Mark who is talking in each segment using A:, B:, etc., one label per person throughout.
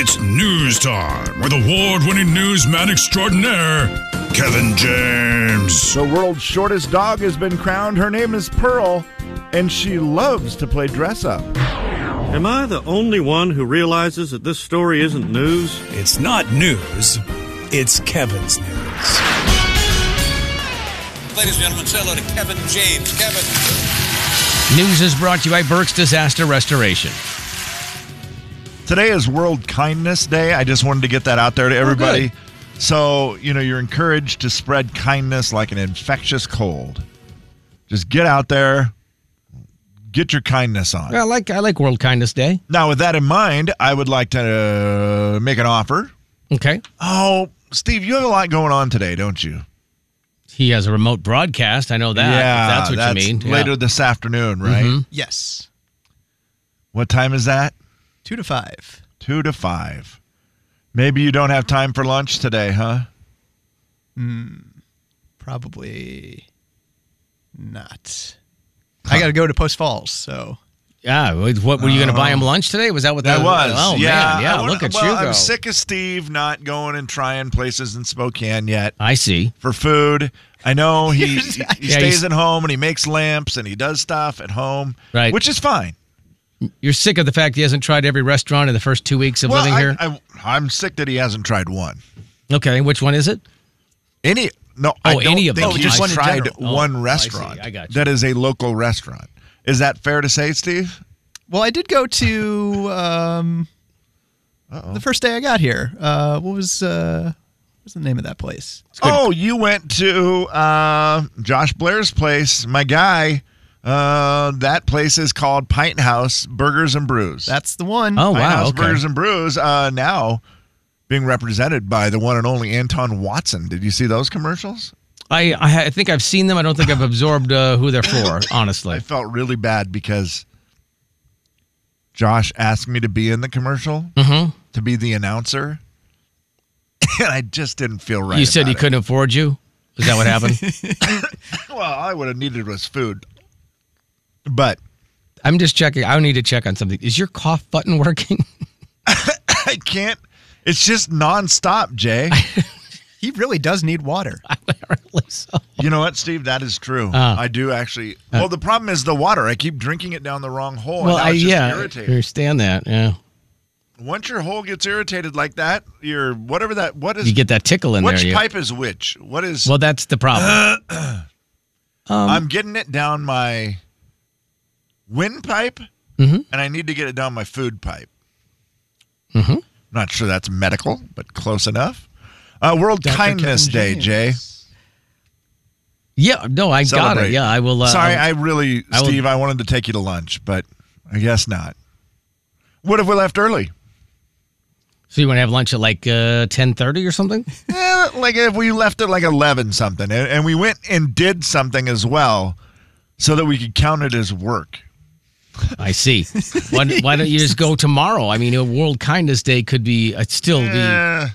A: It's news time with award winning newsman extraordinaire, Kevin James.
B: The world's shortest dog has been crowned. Her name is Pearl, and she loves to play dress up.
C: Am I the only one who realizes that this story isn't news?
D: It's not news, it's Kevin's news.
E: Ladies and gentlemen, say hello to Kevin James. Kevin.
F: News is brought to you by Burke's Disaster Restoration.
B: Today is World Kindness Day. I just wanted to get that out there to everybody. so, you know, you're encouraged to spread kindness like an infectious cold. Just get out there, get your kindness on.
F: I like I like World Kindness Day.
B: Now, with that in mind, I would like to uh, make an offer.
F: Okay.
B: Oh, Steve, you have a lot going on today, don't you?
F: He has a remote broadcast. I know that. if that's what you mean. Yeah.
B: Later this afternoon, right?
G: Yes.
B: What time is that?
G: Two to five.
B: Two to five. Maybe you don't have time for lunch today, huh?
G: Probably not. I got to go to Post Falls, so
F: Yeah. What, what were you going to buy him lunch today? Was that what
B: Uh-huh. That was.
F: Oh
B: yeah.
F: man. Yeah.
B: I wanna-
F: look at
B: well,
F: you go.
B: I'm sick of Steve not going and trying places in Spokane yet
F: I see.
B: for food. I know he, he
F: he's-
B: stays at home and he makes lamps and he does stuff at home,
F: Right.
B: Which is fine.
F: You're sick of the fact he hasn't tried every restaurant in the first two weeks of
B: well,
F: living
B: I,
F: here.
B: I, I'm sick that he hasn't tried one.
F: okay. Which one is it?
B: Any no, I
F: Oh,
B: don't
F: any of
B: think
F: them.
B: he
F: Oh,
B: just
F: just one in
B: tried
F: general.
B: one
F: Oh, I see.
B: restaurant.
F: I got you.
B: That is a local restaurant. Is that fair to say, Steve?
G: Well, I did go to um, the first day I got here. Uh, what was uh, what was the name of that place?
F: good.
B: Oh, you went to uh, Josh Blair's place, my guy. Uh, that place is called Pint House Burgers and Brews.
G: That's the one.
F: Oh
B: Pint
F: wow.
B: House
F: Okay.
B: Burgers and Brews. Uh, now being represented by the one and only Anton Watson. Did you see those commercials?
F: I, I ha- I think I've seen them. I don't think I've absorbed uh, who they're for. Honestly.
B: I felt really bad because Josh asked me to be in the commercial
F: Mm-hmm.
B: to be the announcer, and I just didn't feel right.
F: you said
B: about
F: he
B: it.
F: couldn't afford you. Is that what happened?
B: Well, all I would have needed was food, but
F: I'm just checking. I need to check on something. Is your cough button working?
B: I can't. It's just nonstop, Jay.
G: He really does need water.
F: Apparently so.
B: you know what, Steve? That is true.
F: Ah.
B: I do actually. well, the problem is the water. I keep drinking it down the wrong hole.
F: Uh. Well,
B: and now
F: I
B: it's just
F: yeah,
B: irritating.
F: understand that. Yeah,
B: Once your hole gets irritated like that, your whatever that what is
F: you get that tickle in
B: which
F: there. you-
B: pipe is which? What is?
F: well, um, that's the problem.
B: I'm getting it down my windpipe,
F: Mm-hmm.
B: and I need to get it down my food pipe. Mm-hmm. Not sure that's medical, but close enough. Uh, World
G: Dr.
B: Kindness
G: Kevin
B: Day,
G: James.
B: Jay.
F: yeah, no, I got
B: Celebrate.
F: it. Yeah, I will. Uh,
B: Sorry,
F: I,
B: I really,
F: I will-
B: Steve, I wanted to take you to lunch, but I guess not. What if we left early?
F: so you want to have lunch at like uh, ten thirty or something?
B: Eh, like if we left at like 11 something and, and we went and did something as well so that we could count it as work.
F: I see. Why, why don't you just go tomorrow? I mean, a World Kindness Day could be uh, still the.
B: Eh.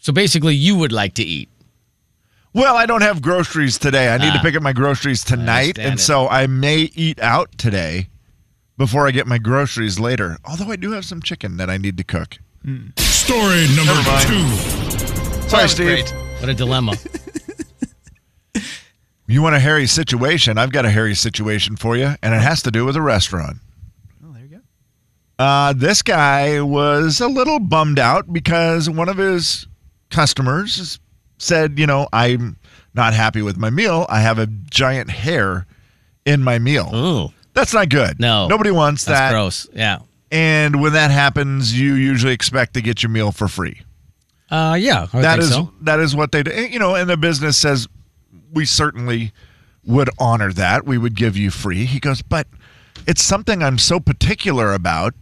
F: So basically, you would like to eat.
B: Well, I don't have groceries today. I need to
F: Ah.
B: pick up my groceries tonight,
F: understand
B: and
F: it.
B: so I may eat out today before I get my groceries later. Although I do have some chicken that I need to cook.
A: Story number
B: Never mind.
A: two.
B: Sorry,
G: was
B: Steve.
G: great.
F: What a dilemma.
B: You want a hairy situation? I've got a hairy situation for you, and it has to do with a restaurant.
G: Oh, there you go.
B: Uh, this guy was a little bummed out because one of his customers said, You know, I'm not happy with my meal. I have a giant hair in my meal.
F: Ooh,
B: That's not good.
F: No.
B: Nobody wants
F: that's
B: that.
F: gross. Yeah.
B: And when that happens, you usually expect to get your meal for free.
F: Uh, yeah. I would
B: That
F: think
B: is
F: so.
B: that is what they do. And, You know, and the business says we certainly would honor that. We would give you free. He goes, but it's something I'm so particular about.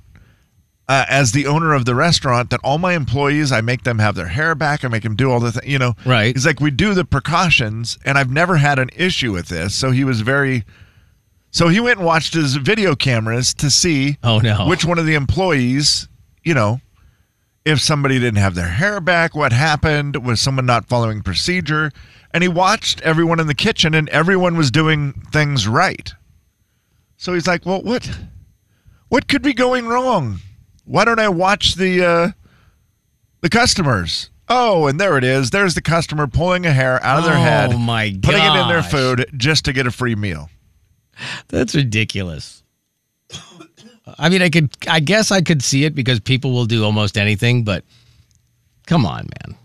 B: Uh, as the owner of the restaurant, that all my employees, I make them have their hair back. I make them do all the, th- you know.
F: Right.
B: He's like, we do the precautions, and I've never had an issue with this. So he was very. So he went and watched his video cameras to see
F: Oh, no.
B: which one of the employees, you know, if somebody didn't have their hair back, what happened? Was someone not following procedure? And he watched everyone in the kitchen and everyone was doing things right. So he's like, "Well, what what could be going wrong? Why don't I watch the uh the customers. Oh, and there it is. There's the customer pulling a hair out of their
F: Oh,
B: head,
F: my
B: putting it in their
F: gosh.
B: food just to get a free meal.
F: That's ridiculous. I mean, I could, I guess I could see it because people will do almost anything, but come on, man.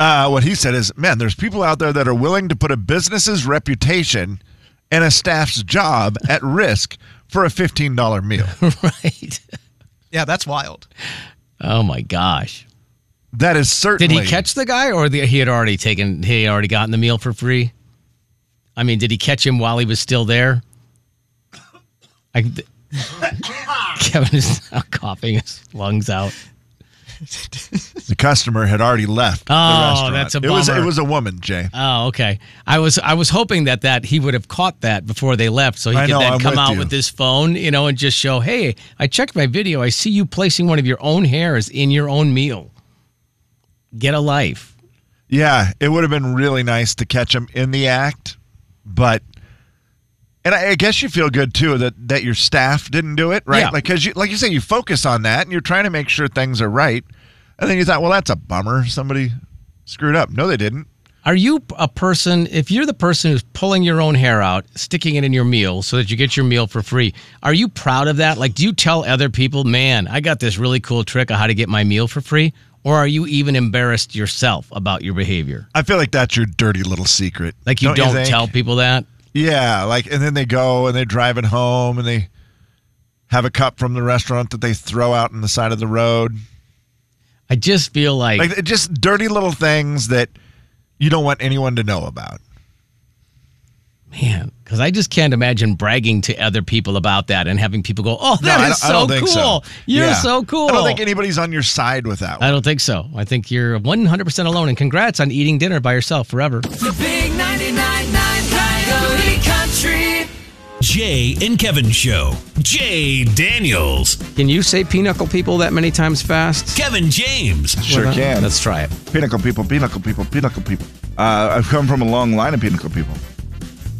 B: Uh, what he said is, man, there's people out there that are willing to put a business's reputation and a staff's job at risk for a $15 meal.
F: right.
G: Yeah, that's wild.
F: Oh my gosh.
B: That is
F: Did
B: certainly.
F: he catch the guy or the, he had already taken, he had already gotten the meal for free? I mean, did he catch him while he was still there? I, th- Kevin is now coughing his lungs out.
B: The customer had already left. the
F: Oh,
B: restaurant.
F: that's a
B: It was, it
F: bummer.
B: was a woman, Jay.
F: Oh, okay. I was I was hoping that that he would have caught that before they left, so he
B: I
F: could
B: know,
F: then
B: I'm
F: come
B: with
F: out
B: you.
F: with his phone, you know, and just show, hey, I checked my video. I see you placing one of your own hairs in your own meal. Get a life.
B: Yeah, it would have been really nice to catch him in the act, but and I, I guess you feel good too that that your staff didn't do it right,
F: Yeah.
B: like because you like you say you focus on that and you're trying to make sure things are right, and then you thought, well, that's a bummer, somebody screwed up. No, they didn't.
F: Are you a person? If you're the person who's pulling your own hair out, sticking it in your meal so that you get your meal for free, are you proud of that? Like, do you tell other people, man, I got this really cool trick on how to get my meal for free, or are you even embarrassed yourself about your behavior?
B: I feel like that's your dirty little secret.
F: Like you don't,
B: think?
F: tell people that.
B: Yeah, like and then they go and they drive it home and they have a cup from the restaurant that they throw out on the side of the road.
F: I just feel like,
B: like just dirty little things that you don't want anyone to know about.
F: man, because I just can't imagine bragging to other people about that and having people go, "Oh,
B: I
F: that
B: don't-
F: is
B: I don't think
F: so cool! You're
B: Yeah.
F: so cool!"
B: I don't think anybody's on your side with that. One.
F: I don't think so. I think you're 100 percent alone. And congrats on eating dinner by yourself forever.
H: The big 99.9 Coyote Country.
D: Jay and Kevin Show. Jay Daniels.
F: Can you say pinochle people that many times fast?
D: Kevin James.
I: Sure can.
F: Let's try it.
I: Pinnacle people, pinnacle people, pinnacle people. Uh, I've come from a long line of pinnacle people.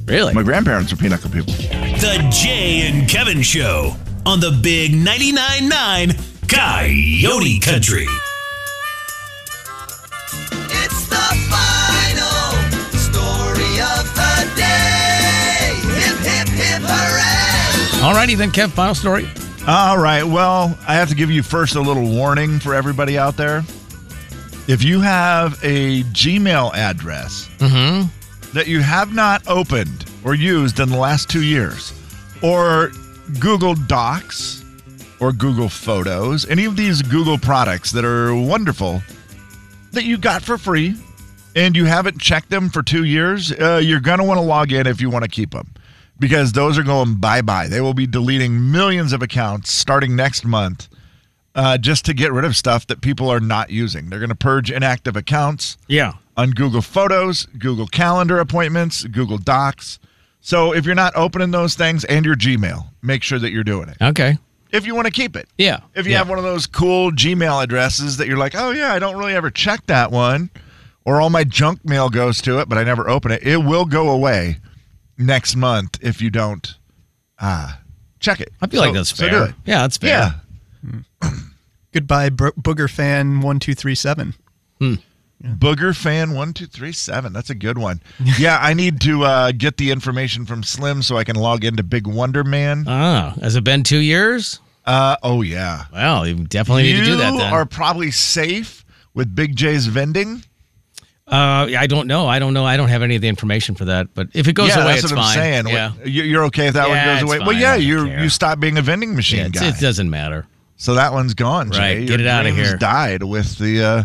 F: Really?
I: My grandparents were pinnacle people.
D: The Jay and Kevin Show on the Big 99.9 9 Coyote Country.
H: It's the final story of the day. Hip, hip, hip, hooray.
F: Alrighty then, Kev. Final story.
B: All right. Well, I have to give you first a little warning for everybody out there. If you have a Gmail address that you have not opened or used in the last two years, or Google Docs or Google Photos, any of these Google products that are wonderful that you got for free and you haven't checked them for two years, uh, you're going to want to log in if you want to keep them because those are going bye bye. They will be deleting millions of accounts starting next month uh, just to get rid of stuff that people are not using. They're going to purge inactive accounts
F: Yeah.
B: on Google Photos, Google Calendar appointments, Google Docs. So if you're not opening those things and your Gmail, make sure that you're doing it
F: Okay.
B: if you want to keep it.
F: Yeah.
B: If you
F: Yeah.
B: have one of those cool Gmail addresses that you're like, oh, yeah, I don't really ever check that one, or all my junk mail goes to it, but I never open it, it will go away next month if you don't uh, check it.
F: I feel like
B: So-
F: that's
B: so
F: fair.
B: do it.
F: Yeah, that's fair.
B: Yeah.
G: Goodbye, bro- Booger Fan 1237.
B: Booger fan one two three seven. That's a good one. Yeah, I need to uh, get the information from Slim so I can log into Big Wonder Man.
F: Ah, has it been two years?
B: Uh, oh yeah,
F: Well, you definitely need to do that
B: You
F: then.
B: are probably safe with Big J's vending.
F: Uh, I don't know. I don't know. I don't have any of the information for that. But if it goes
B: yeah,
F: away,
B: that's
F: it's
B: what
F: fine.
B: I'm saying.
F: Yeah.
B: You- You're okay if that
F: Yeah,
B: one
F: it's
B: goes away. Well,
F: fine. I
B: yeah,
F: don't
B: you
F: care.
B: you stop being a vending machine
F: Yeah, it's-
B: guy.
F: it doesn't matter.
B: so that one's gone, Jay.
F: Right,
B: Your
F: get it outta
B: dreams
F: here.
B: Died with the uh,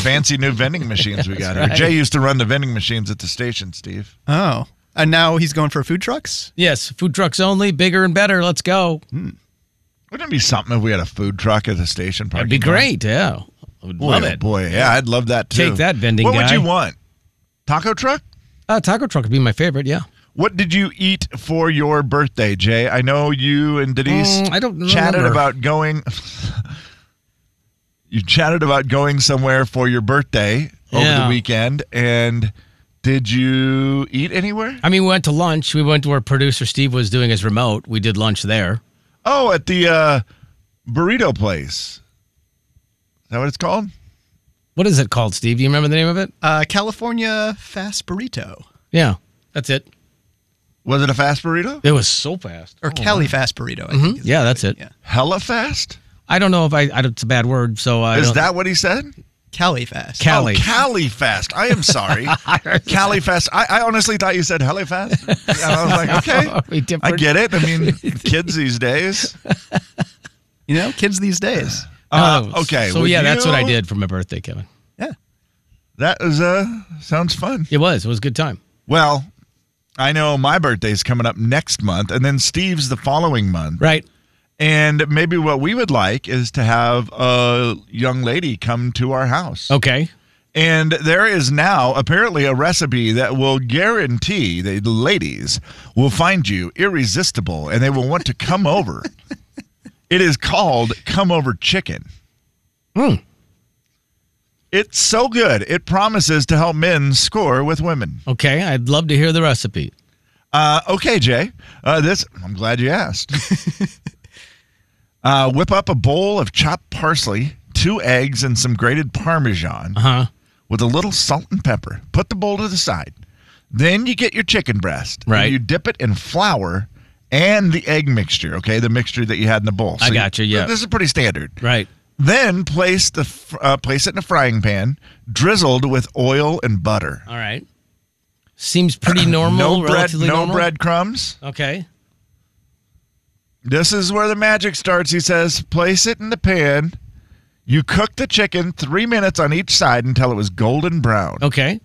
B: fancy new vending machines we got here. Jay used to run the vending machines at the station, Steve.
G: Oh. And now he's going for food trucks?
F: Yes, food trucks only, bigger and better. Let's go.
B: Mm-hmm. Wouldn't it be something if we had a food truck at the station?
F: That'd be
B: parking lot?
F: great. Yeah, I would
B: Boy,
F: love
B: oh
F: it.
B: boy, yeah, I'd love that too.
F: Take that, vending
B: What would
F: guy.
B: you want? Taco truck?
F: Uh, taco truck would be my favorite. Yeah,
B: What did you eat for your birthday, Jay? I know you and Denise
F: Mm, I don't
B: chatted
F: remember.
B: about going. you chatted about going somewhere for your birthday over the
F: Yeah.
B: weekend, and did you eat anywhere?
F: I mean, we went to lunch. We went to where producer Steve was doing his remote. We did lunch there.
B: Oh, at the uh, burrito place. Is that what it's called?
F: What is it called, Steve? Do you remember the name of it?
G: Uh, California fast burrito
F: yeah, that's it.
B: Was it a fast burrito?
F: It was so fast.
G: or Cali fast burrito. I think is
F: Yeah,
G: what
F: that's
G: they-
F: it.
G: Yeah,
B: Hella fast?
F: I don't know if I, I it's a bad word, so uh, I
B: Is
F: don't-
B: that what he said?
G: Cali fast.
F: Cali?
B: Oh, Cali Fest. I am sorry. Cali Fest. I, I honestly thought you said Helly Fest. And I was like,
F: Are
B: okay.
F: we
B: I
F: different?
B: get it. I mean, kids these days.
G: you know, kids these days.
B: Uh,
F: Oh,
B: okay.
F: So
B: would
F: yeah, that's what I
B: you-
F: did for my birthday, Kevin.
G: Yeah,
B: That is uh sounds fun.
F: It was. It was a good time.
B: Well, I know my birthday's coming up next month, and then Steve's the following month.
F: Right.
B: And maybe what we would like is to have a young lady come to our house.
F: Okay.
B: And there is now apparently a recipe that will guarantee that the ladies will find you irresistible and they will want to come over. It is called Come Over Chicken.
F: Hmm.
B: It's so good. It promises to help men score with women.
F: Okay. I'd love to hear the recipe.
B: Uh, okay, Jay. Uh, this I'm glad you asked. uh, whip up a bowl of chopped parsley, two eggs, and some grated parmesan
F: Huh?
B: with a little salt and pepper. Put the bowl to the side. Then you get your chicken breast. and
F: Right.
B: you dip it in flour and the egg mixture, okay? The mixture that you had in the bowl.
F: I gotcha, yeah.
B: This is pretty standard.
F: Right.
B: Then place the fr- uh, place it in a frying pan, drizzled with oil and butter.
F: All right. Seems pretty
B: no
F: normal.
B: bread,
F: relatively
B: no
F: normal.
B: breadcrumbs.
F: Okay.
B: This is where the magic starts, he says. Place it in the pan. You cook the chicken three minutes on each side until it was golden brown.
F: Okay.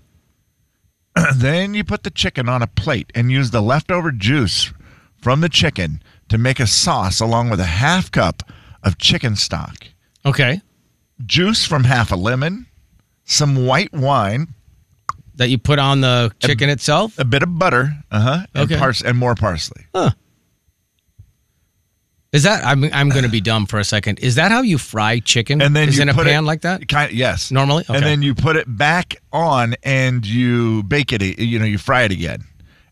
B: Then you put the chicken on a plate and use the leftover juice from the chicken to make a sauce along with a half cup of chicken stock,
F: Okay.
B: juice from half a lemon, some white wine,
F: That you put on the chicken itself.
B: a bit of butter, uh huh, and,
F: Okay.
B: pars- and more parsley.
F: Is that? I'm I'm going to be dumb for a second. Is that how you fry chicken?
B: And then
F: is
B: you
F: in a
B: put
F: pan
B: it,
F: like that?
B: Kind yes,
F: Normally?
B: And
F: Okay.
B: then you put it back on and you bake it. You know, you fry it again.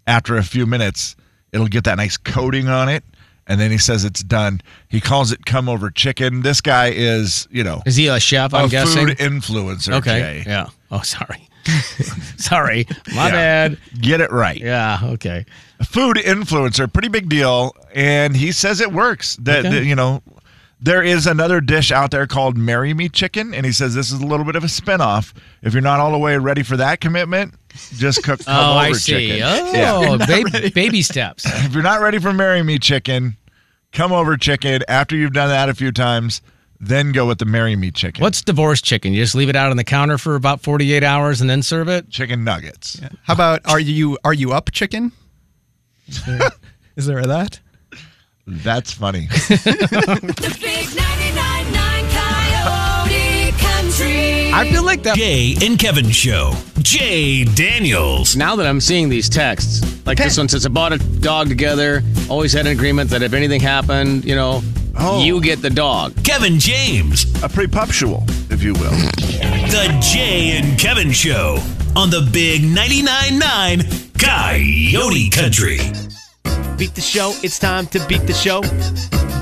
B: After a few minutes, it'll get that nice coating on it. And then he says it's done. He calls it "come over chicken." This guy is, you know,
F: Is he a chef? I'm
B: a
F: guessing.
B: food influencer. Jay.
F: okay. Yeah. Oh, sorry. sorry. My
B: Yeah.
F: bad.
B: Get it right.
F: Yeah. Okay.
B: A food influencer, pretty big deal, and he says it works. That,
F: Okay.
B: that, you know, there is another dish out there called "Marry Me Chicken," and he says this is a little bit of a spinoff. If you're not all the way ready for that commitment, just cook. Come
F: oh,
B: over
F: I see.
B: Chicken.
F: Oh,
B: Yeah.
F: ba- baby steps.
B: If you're not ready for "Marry Me Chicken," come over chicken. After you've done that a few times, then go with the "Marry Me Chicken."
F: What's divorce chicken? You just leave it out on the counter for about 48 hours and then serve it?
B: chicken nuggets?
G: How about are you are you up chicken? Is there, is there that?
B: That's funny.
H: The big 99.9 Coyote Country.
F: I feel like that.
D: Jay and Kevin Show. Jay Daniels.
F: Now that I'm seeing these texts, like this one says, I bought a dog together, always had an agreement that if anything happened, you know,
B: Oh.
F: you get the dog.
D: Kevin James.
B: a prepuptial, if you will.
D: The Jay and Kevin Show on the Big 99.9 9 Coyote Country.
J: Beat the show, it's time to beat the show.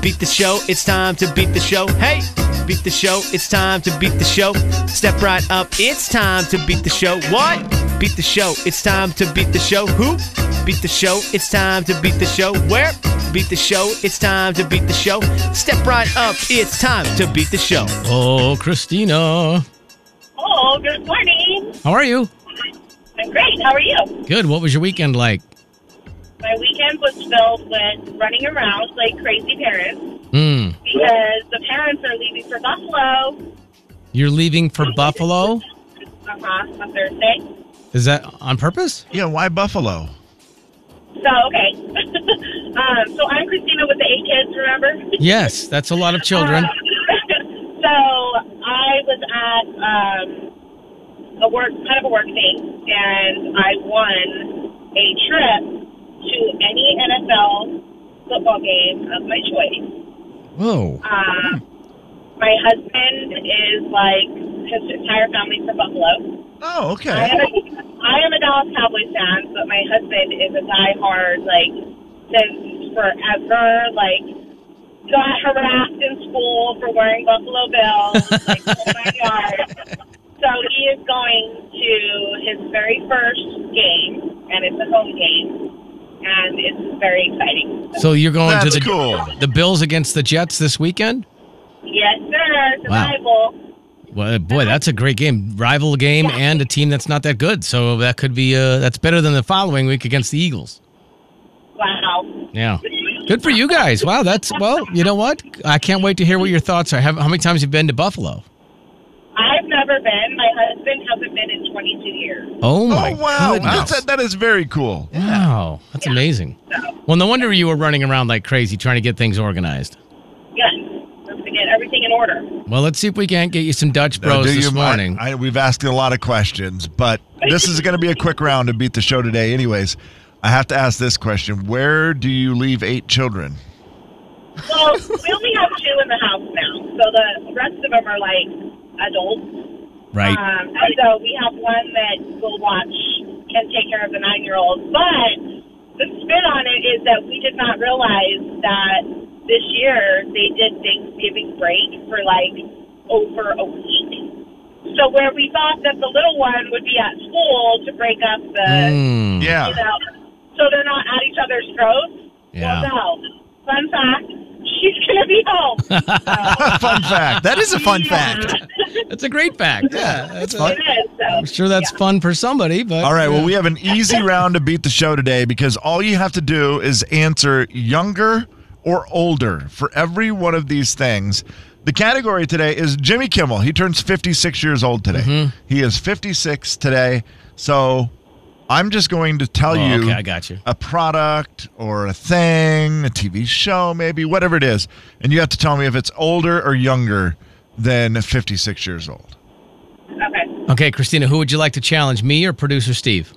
J: Beat the show, it's time to beat the show. Hey! Beat the show, it's time to beat the show. Step right up, it's time to beat the show. What? Beat the show, it's time to beat the show. Who? Beat the show, it's time to beat the show. Where? Beat the show, it's time to beat the show. Step right up, it's time to beat the show.
F: Oh, Christina.
K: Oh, good morning.
F: How are you?
K: I'm great. How are you?
F: Good. What was your weekend like?
K: My weekend was filled with running around like crazy parents
F: Mm,
K: because the parents are leaving for Buffalo.
F: you're leaving for Buffalo?
K: Uh huh. On Thursday.
F: Is that on purpose?
B: Yeah, why Buffalo?
K: So okay. um, so I'm Christina with the eight kids. Remember?
F: Yes, that's a lot of children.
K: Uh, so I was at um, a work, kind of a work thing, and I won a trip to any NFL football game of my choice.
F: Whoa.
K: Uh, my husband is like his entire family's from Buffalo.
B: Oh,
K: I
B: okay.
K: am, a, I am a Dallas Cowboys fan, but my husband is a diehard like since forever. Like got harassed in school for wearing Buffalo Bills, like oh my yards. So going to his very first game, and it's a home game, and it's very exciting.
F: So you're going
K: That's
F: to the the Bills against the Jets this weekend?
K: Yes, sir. It's a
F: Wow.
K: Bible.
F: Well, boy, that's a great game, rival game, and a team that's not that good. So that could be uh, that's better than the following week against the Eagles.
K: Wow.
F: Yeah, good for you guys. Wow, that's well. You know what? I can't wait to hear what your thoughts are. How, how many times you've been to Buffalo?
K: I've never been. My husband hasn't been in 22 years.
F: Oh my
B: wow,
F: goodness!
B: that's, that is very cool.
F: Wow, that's amazing. Well, no wonder you were running around like crazy trying to get things organized.
K: Yes. Let's get everything in order.
F: Well, let's see if we can't get you some Dutch
B: Now,
F: Bros
B: do
F: this
B: you- I-
F: morning.
B: I, we've asked you a lot of questions, but this is going to be a quick round to beat the show today. Anyways, I have to ask this question: Where do you leave eight children?
K: Well, we only have two in the house now, so the rest of them are like adults. Um, and so we have one that will watch and take care of the nine year old. But the spin on it is that we did not realize that this year they did Thanksgiving break for like over a week. So where we thought that the little one would be at school to break up the
F: Hmm.
H: Mm.
B: Yeah.
K: you know, so they're not at each other's throats.
B: Yeah.
K: Well, no. Fun fact, she's gonna be home.
B: fun fact.
G: That is a fun fact.
F: That's a great fact. Yeah,
G: that's
F: fun.
K: It is, so.
F: I'm sure that's fun for somebody, but
B: All right. Well,
F: yeah.
B: we have an easy round to beat the show today because all you have to do is answer younger or older for every one of these things. The category today is Jimmy Kimmel. He turns 56 years old today.
F: Mm-hmm.
B: He is 56 today. So I'm just going to tell
F: Oh,
B: you
F: okay, I got you.
B: a product or a thing, a TV show, maybe, whatever it is. And you have to tell me if it's older or younger than 56 years old.
K: Okay.
F: Okay, Christina, who would you like to challenge, me or producer Steve?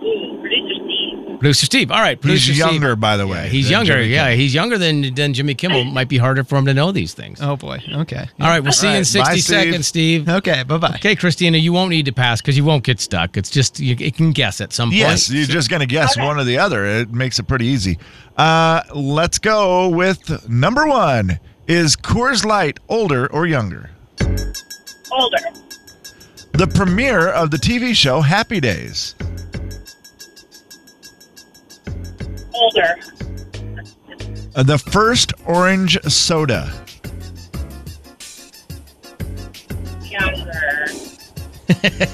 K: Ooh, producer Steve.
F: Producer Steve. All right,
B: He's
F: producer
B: younger,
F: Steve.
B: by the way.
F: He's
B: than
F: younger.
B: Jimmy
F: yeah, he's younger than than Jimmy Kimmel. Might be harder for him to know these things.
G: Oh boy. Okay.
F: All right, we'll see you in 60 seconds, Steve.
G: Okay, bye bye.
F: Okay, Christina, you won't need to pass because you won't get stuck. It's just you, you can guess at some
B: Yes,
F: point.
B: you're just going to guess one or the other. It makes it pretty easy. Uh, let's go with number one. Is Coors Light older or younger?
K: Older.
B: The premiere of the TV show Happy Days.
K: Older.
B: Uh, the first orange soda.
K: Younger.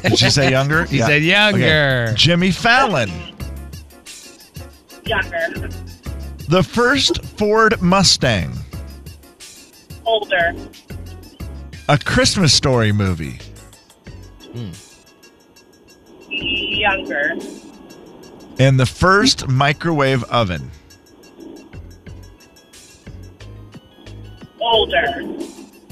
B: Did she say younger?
F: She said younger.
B: Jimmy Fallon.
K: Younger.
B: The first Ford Mustang.
K: Older.
B: A Christmas Story movie.
K: Younger.
B: And the first microwave oven.
K: Older.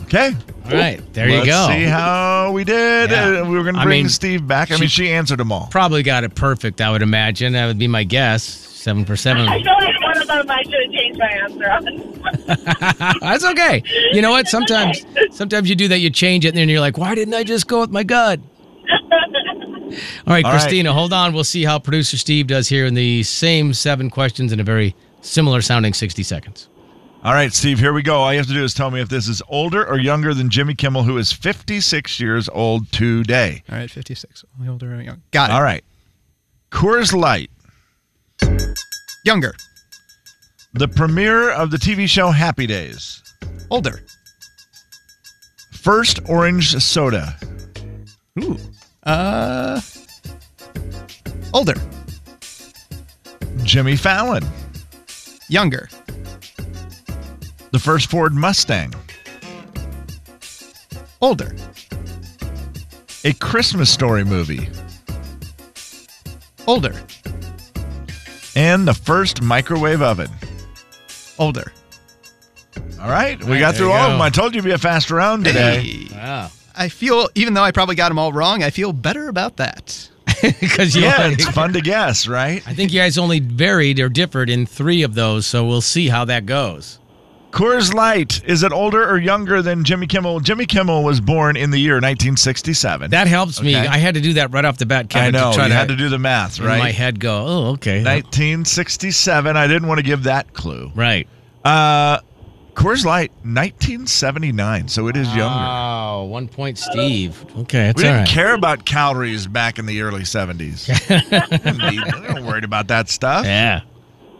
B: Okay.
F: All right, there you
B: Let's
F: go.
B: See how we did.
F: Yeah.
B: Uh, we were going to
F: I
B: bring
F: mean,
B: Steve back. I mean, she answered them all.
F: Probably got it perfect, I would imagine. That would be my guess. Seven for seven.
K: I feel like one of them I should have changed my answer on.
F: That's okay. You know what? Sometimes sometimes you do that, you change it, and then you're like, why didn't I just go with my gut? All right,
B: All right.
F: Christina, hold on. We'll see how producer Steve does here in the same seven questions in a very similar sounding 60 seconds.
B: All right, Steve, here we go. All you have to do is tell me if this is older or younger than Jimmy Kimmel, who is 56 years old today.
G: All right, 56. Only Older or young. Got it.
B: All right. Coors Light,
G: Younger.
B: the premiere of the TV show Happy Days,
G: Older.
B: first orange soda,
G: Ooh. Uh older.
B: Jimmy Fallon,
G: Younger.
B: the first Ford Mustang,
G: Older.
B: a Christmas story movie,
G: Older.
B: and the first microwave oven.
G: Older.
B: All right, we
F: right,
B: got
F: there
B: through
F: you
B: all of
F: go.
B: them. I told you it'd be a fast round today. Ah.
F: Wow.
G: I feel even though I probably got them all wrong, I feel better about that.
F: Because you
B: Yeah, it's fun to guess, right?
F: I think you guys only varied or differed in three of those, so we'll see how that goes.
B: Coors Light, is it older or younger than Jimmy Kimmel? Jimmy Kimmel was born in the year 1967.
F: That helps me.
B: Okay.
F: I had to do that right off the
B: I
F: bat, Kevin.
B: know.
F: to try
B: you
F: to
B: had to do the math,
F: in my
B: right?
F: head go, oh, okay.
B: 1967. I didn't want to give that clue.
F: right.
B: Uh, Coors Light, 1979. So it is younger.
F: Wow. Oh, one point, Steve. Okay, it's
B: we
F: all
B: didn't
F: right.
B: care about calories back in the early 70s. we weren't worried about that stuff.
F: Yeah.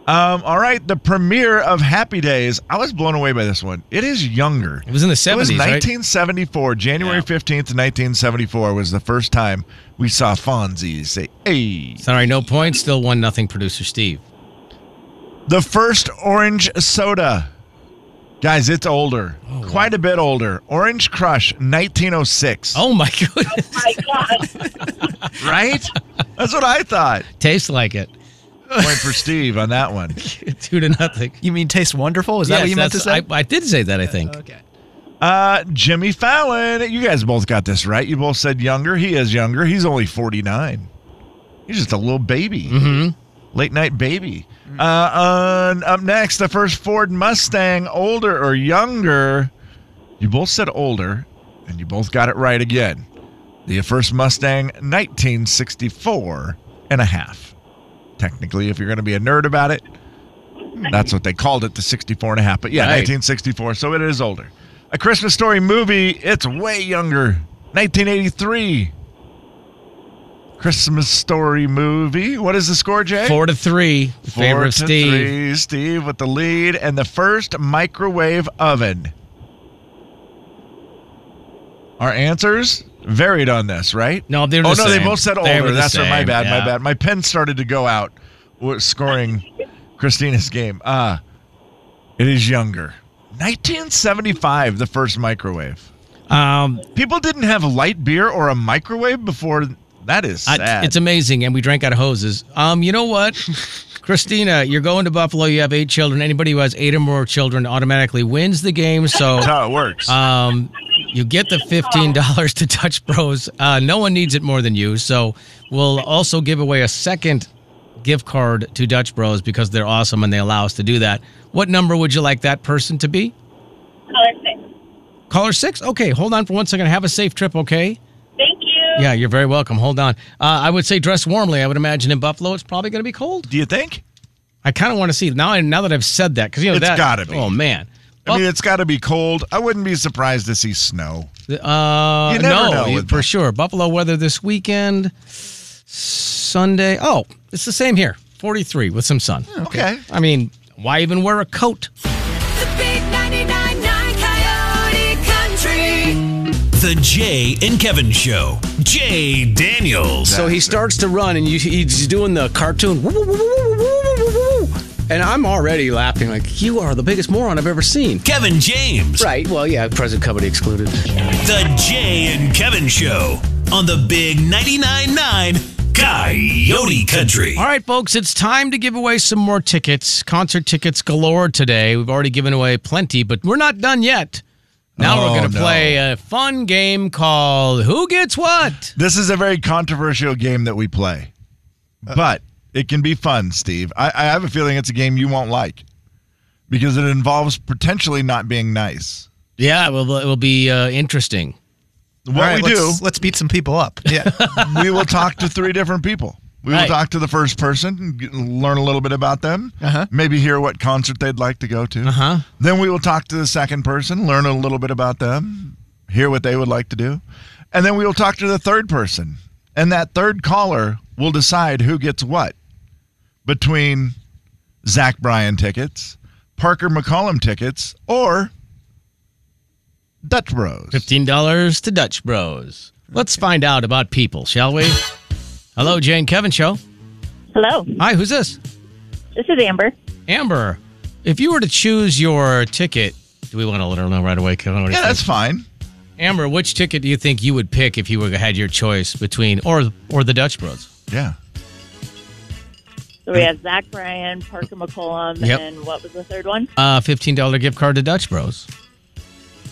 B: Um, all right, the premiere of Happy Days. I was blown away by this one. It is younger. It
F: was in the 70s,
B: It was
F: right?
B: 1974. January 15th, 1974 was the first time we saw Fonzie say, hey.
F: Sorry, no points. Still one nothing. Producer Steve.
B: The first orange soda. Guys, it's older.
F: Oh,
B: Quite a bit older. Orange Crush, 1906.
F: Oh, my goodness.
K: My God.
B: Right? That's what I thought.
F: Tastes like it.
B: Point for Steve on that one.
F: Two to nothing.
G: You mean taste wonderful? Is that what
F: Yes,
G: you meant to say?
F: that's- I, I did say that. I think.
G: okay.
B: Uh, Jimmy Fallon. You guys both got this right. You both said younger. He is younger. He's only 49. He's just a little baby. Mm-hmm. Late night baby. Uh, on, up next, the first Ford Mustang, older or younger. You both said older, and you both got it right again. The first Mustang, 1964 and a half. Technically, if you're going to be a nerd about it, that's what they called it, the 64 and a half. But yeah,
F: Right.
B: 1964. So it is older. A Christmas Story movie, it's way younger. 1983. Christmas Story movie. What is the score, Jay?
F: Four to three. In
B: Four
F: favor of
B: to
F: Steve.
B: Three. Steve with the lead. And the first microwave oven. Our answers varied on this, right?
F: No, they're
B: Oh
F: the
B: no, they
F: same.
B: both said
F: They
B: older.
F: were the
B: That's right. My
F: same,
B: bad.
F: yeah.
B: My bad. My pen started to go out w- scoring Christina's game. Ah, it is younger. 1975, the first microwave.
F: Um,
B: People didn't have light beer or a microwave before. That is
F: I-
B: sad.
F: it's amazing, and we drank out of hoses. Um, you know what, Christina, you're going to Buffalo. You have eight children. Anybody who has eight or more children automatically wins the game. So,
B: That's how it works.
F: um, you get the
K: Oh,
F: fifteen dollars to Touch Bros. Uh, no one needs it more than you. So, we'll also give away a second gift card to Dutch Bros because they're awesome and they allow us to do that. What number would you like that person to be?
K: Color six.
F: Caller six. Okay, hold on for one second. Have a safe trip. Okay.
K: Thank you.
F: Yeah, you're very welcome. Hold on. Uh, I would say dress warmly. I would imagine in Buffalo it's probably going to be cold.
B: Do you think?
F: I kind of want to see now. I Now that I've said that, because you know
B: It's
F: that.
B: gotta be.
F: Oh man.
B: I mean, it's got to be cold. I wouldn't be surprised to see snow.
F: Uh,
B: You never
F: no,
B: know
F: you-
B: with
F: for
B: Buff-
F: sure. Buffalo weather this weekend, Sunday. Oh, it's the same here. 43 with some sun.
B: Oh, Okay.
F: I mean, why even wear a coat?
H: The big 99.9 Coyote Country.
D: The Jay and Kevin Show. Jay Daniels.
L: So he starts to run, and you, he's doing the cartoon. "Woo, woo, woo, woo, woo, woo, woo, woo." And I'm already laughing, like, you are the biggest moron I've ever seen.
D: Kevin James.
L: Right, well, yeah, present company excluded.
D: The Jay and Kevin Show on the Big 99.9 Coyote Country.
F: All right, folks, it's time to give away some more tickets, concert tickets galore today. We've already given away plenty, but we're not done yet. Now
B: Oh,
F: we're going to
B: no.
F: play a fun game called Who Gets What?
B: This is a very controversial game that we play, but it can be fun, Steve. I, I have a feeling it's a game you won't like because it involves potentially not being nice.
F: Yeah, it will, it will be uh, interesting.
B: What
G: All right,
B: we do,
G: let's- Let's beat some people up. Yeah.
B: we will talk to three different people. We will
F: Right.
B: talk to the first person, and get- learn a little bit about them,
G: Uh-huh.
B: maybe hear what concert they'd like to go to.
F: Uh-huh.
B: Then we will talk to the second person, learn a little bit about them, hear what they would like to do. And then we will talk to the third person. And that third caller will decide who gets what between Zach Bryan tickets, Parker McCollum tickets, or Dutch Bros.
F: $15 to Dutch Bros. Let's find out about people, shall we? Hello, Jane Kevin Show.
K: Hello.
F: Hi, who's this?
K: This is Amber.
F: Amber. If you were to choose your ticket, do we want to let her know right away, Kevin? What do you
B: Yeah,
F: think?
B: that's fine.
F: Amber, which ticket do you think you would pick if you were, had your choice between or or the Dutch Bros?
B: Yeah.
K: So we have Zach Bryan, Parker McCollum,
F: Yep.
K: and what was the third one?
F: Uh, fifteen dollar gift card to Dutch Bros.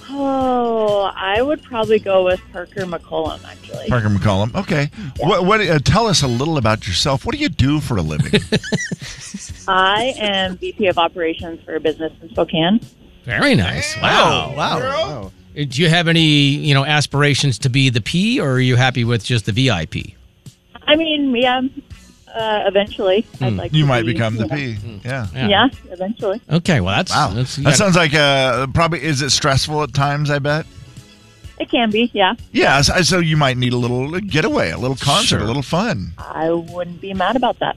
K: Oh, I would probably go with Parker McCollum, actually.
B: Parker McCollum. Okay. What? What? Uh, tell us a little about yourself. What do you do for a living?
K: I am VP of Operations for a business in Spokane.
F: Very nice. Wow.
B: oh,
G: wow.
F: Uh, Do you have any you know aspirations to be the P, or are you happy with just the VIP?
K: I mean, yeah, uh, eventually. I'd like
B: you
K: to
B: might
K: be,
B: become the
K: you know-
B: P. Yeah.
K: Yeah. eventually.
F: Okay. Well, that's
B: Wow.
F: That's, you
B: That
F: gotta-
B: sounds like uh, probably is it stressful at times? I bet.
K: It can be, yeah.
B: Yeah, so, so you might need a little getaway, a little concert,
F: Sure.
B: a little fun.
K: I wouldn't be mad about that.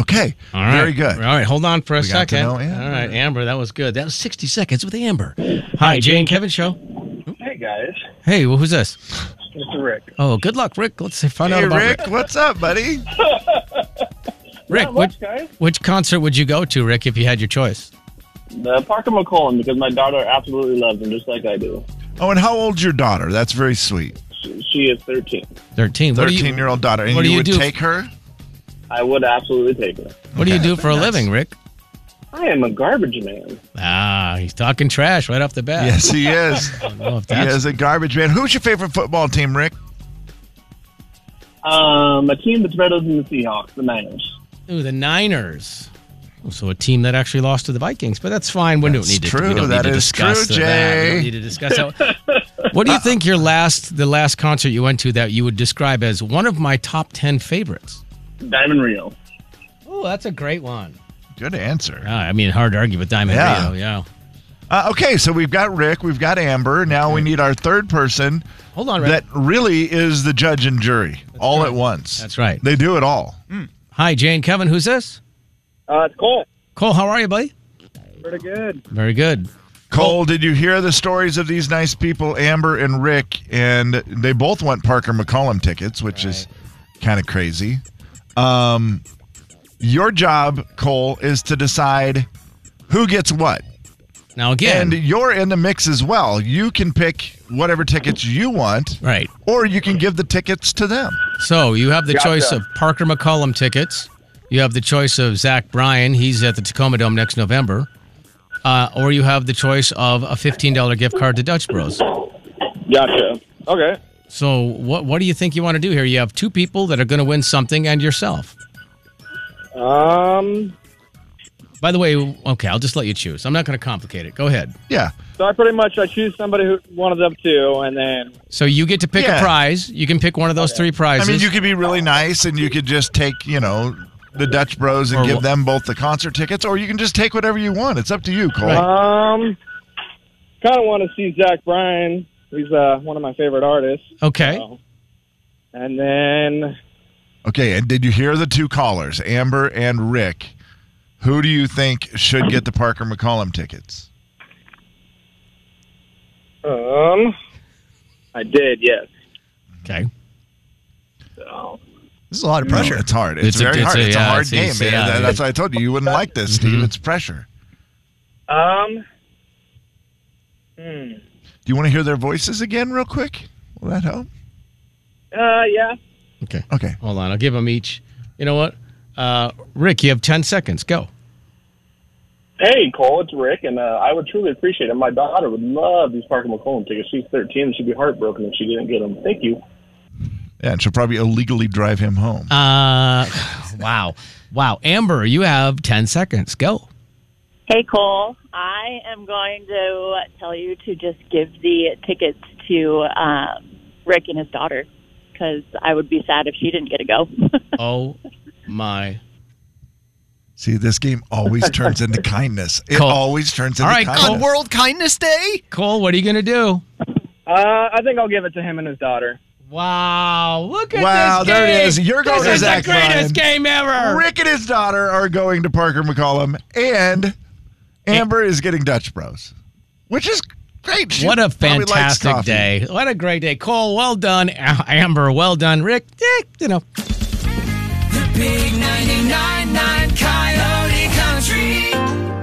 B: Okay.
F: All right.
B: Very good.
F: All right, hold on for a
B: We got to
F: second.
B: know
F: All
B: Amber.
F: right, Amber, that was good. That was 60 seconds with Amber. Hi, Jane Kevin Show.
M: Hey guys,
F: Hey, well, who's this?
M: it's Rick.
F: Oh, good luck, Rick. Let's find out
B: Hey,
F: about
B: Rick, what's up, buddy?
F: Rick,
M: Not
F: which,
M: much, guys.
F: which concert would you go to, Rick, if you had your choice?
M: The Parker McCollum because my daughter absolutely loves him just like I do.
B: Oh, and how old's your daughter? That's very sweet.
M: She, she is 13.
F: 13. What do you-
B: 13 year old daughter. And
F: what do
B: you,
F: you
B: would
F: do-
B: take her?
M: I would absolutely take her.
F: What do you do for a living, Rick?
M: I am a garbage man.
F: Ah, he's talking trash right off the bat.
B: Yes, he is.
F: I don't know if
B: he
F: that's-
B: is a garbage man. Who's your favorite football team, Rick?
M: Um, a team that's better than the Seahawks, the Niners.
F: Ooh, the Niners. Oh, So a team that actually lost to the Vikings, but that's fine. We
B: That's
F: don't need to.
B: true.
F: We don't
B: That
F: need to
B: is
F: discuss
B: true,
F: that. We
B: Jay.
F: don't need to discuss that. What do you think your last, the last concert you went to that you would describe as one of my top ten favorites?
M: Diamond Rio.
F: Oh, that's a great one.
B: Good answer.
F: Ah, I mean, hard to argue with Diamond
B: Yeah.
F: Rio. Yeah.
B: Uh, okay, so we've got Rick, we've got Amber. Now we need our third person.
F: Hold on, Rick.
B: That really is the judge and jury all at once.
F: That's right. Mm.
B: They do it all.
F: Hi, Jane, Kevin. Who's this?
M: Uh, it's Cole.
F: Cole, how are you, buddy?
M: Pretty good.
F: Very good.
B: Cole, did you hear the stories of these nice people, Amber and Rick? And they both want Parker McCollum tickets, which is kind of crazy. Um, your job, Cole, is to decide who gets what.
F: Now again,
B: And you're in the mix as well. You can pick whatever tickets you want,
F: right?
B: Or you can give the tickets to them.
F: So you have the
B: Gotcha.
F: choice of Parker McCollum tickets. You have the choice of Zach Bryan. He's at the Tacoma Dome next November. Uh, or you have the choice of a $15 gift card to Dutch Bros.
M: Gotcha. Okay.
F: So what what do you think you want to do here? You have two people that are going to win something and yourself.
M: Um,
F: By the way, okay, I'll just let you choose. I'm not going to complicate it. Go ahead.
B: Yeah.
M: so I pretty much I choose somebody who one of them two, and then
F: So you get to pick
B: Yeah.
F: a prize. You can pick one of those three
B: I
F: prizes.
B: mean, you could be really nice and you could just take, you know, the Dutch Bros and
F: Or
B: give
F: wh-
B: them both the concert tickets, or you can just take whatever you want. It's up to you, Cole.
M: um, kind of want to see Zach Bryan. He's uh, one of my favorite artists.
F: Okay.
M: So. And then
B: Okay, and did you hear the two callers, Amber and Rick? Who do you think should get the Parker McCollum tickets?
M: Um, I did, yes.
F: okay.
M: So,
G: This is a lot of pressure.
B: No, it's hard. It's,
F: It's a-
B: very
F: it's
B: hard.
F: a-
B: it's
F: yeah,
B: a hard
F: it's-
B: game,
F: it's- Mm-hmm.
B: man.
F: yeah,
B: That-
F: it-
B: That's why I told you you wouldn't like this, Steve. It's pressure.
M: um, hmm.
B: Do you want to hear their voices again, real quick? Will that help?
M: uh, yeah.
F: Okay.
B: Okay.
F: Hold on. I'll give them each. You know what? Uh, Rick, you have 10 seconds. Go.
M: Hey, Cole, it's Rick, and uh, I would truly appreciate it. My daughter would love these Parker McCollum tickets. She's 13, and she'd be heartbroken if she didn't get them. Thank you.
B: Yeah, and she'll probably illegally drive him home.
F: Uh, wow. Wow. Amber, you have 10 seconds. Go.
K: Hey, Cole, I am going to tell you to just give the tickets to um, Rick and his daughter because I would be sad if she didn't get to go.
F: Oh my.
B: See, this game always turns into kindness. It
F: Cole.
B: always turns into
F: All right,
B: kindness.
F: Cole.
G: On World Kindness Day?
F: Cole, what are you going to do?
M: Uh, I think I'll give it to him and his daughter.
F: Wow. Look at
B: Wow,
F: this.
B: there it
F: game.
B: is. You're going
F: This
B: to
F: is
B: Zach
F: the greatest game ever.
B: Rick and his daughter are going to Parker McCollum, and Amber is getting Dutch Bros, which is great. She
F: what a
B: probably likes
F: fantastic
B: coffee.
F: day. What a great day. Cole, well done. A- Amber, well done. Rick, eh, you know.
H: The big 999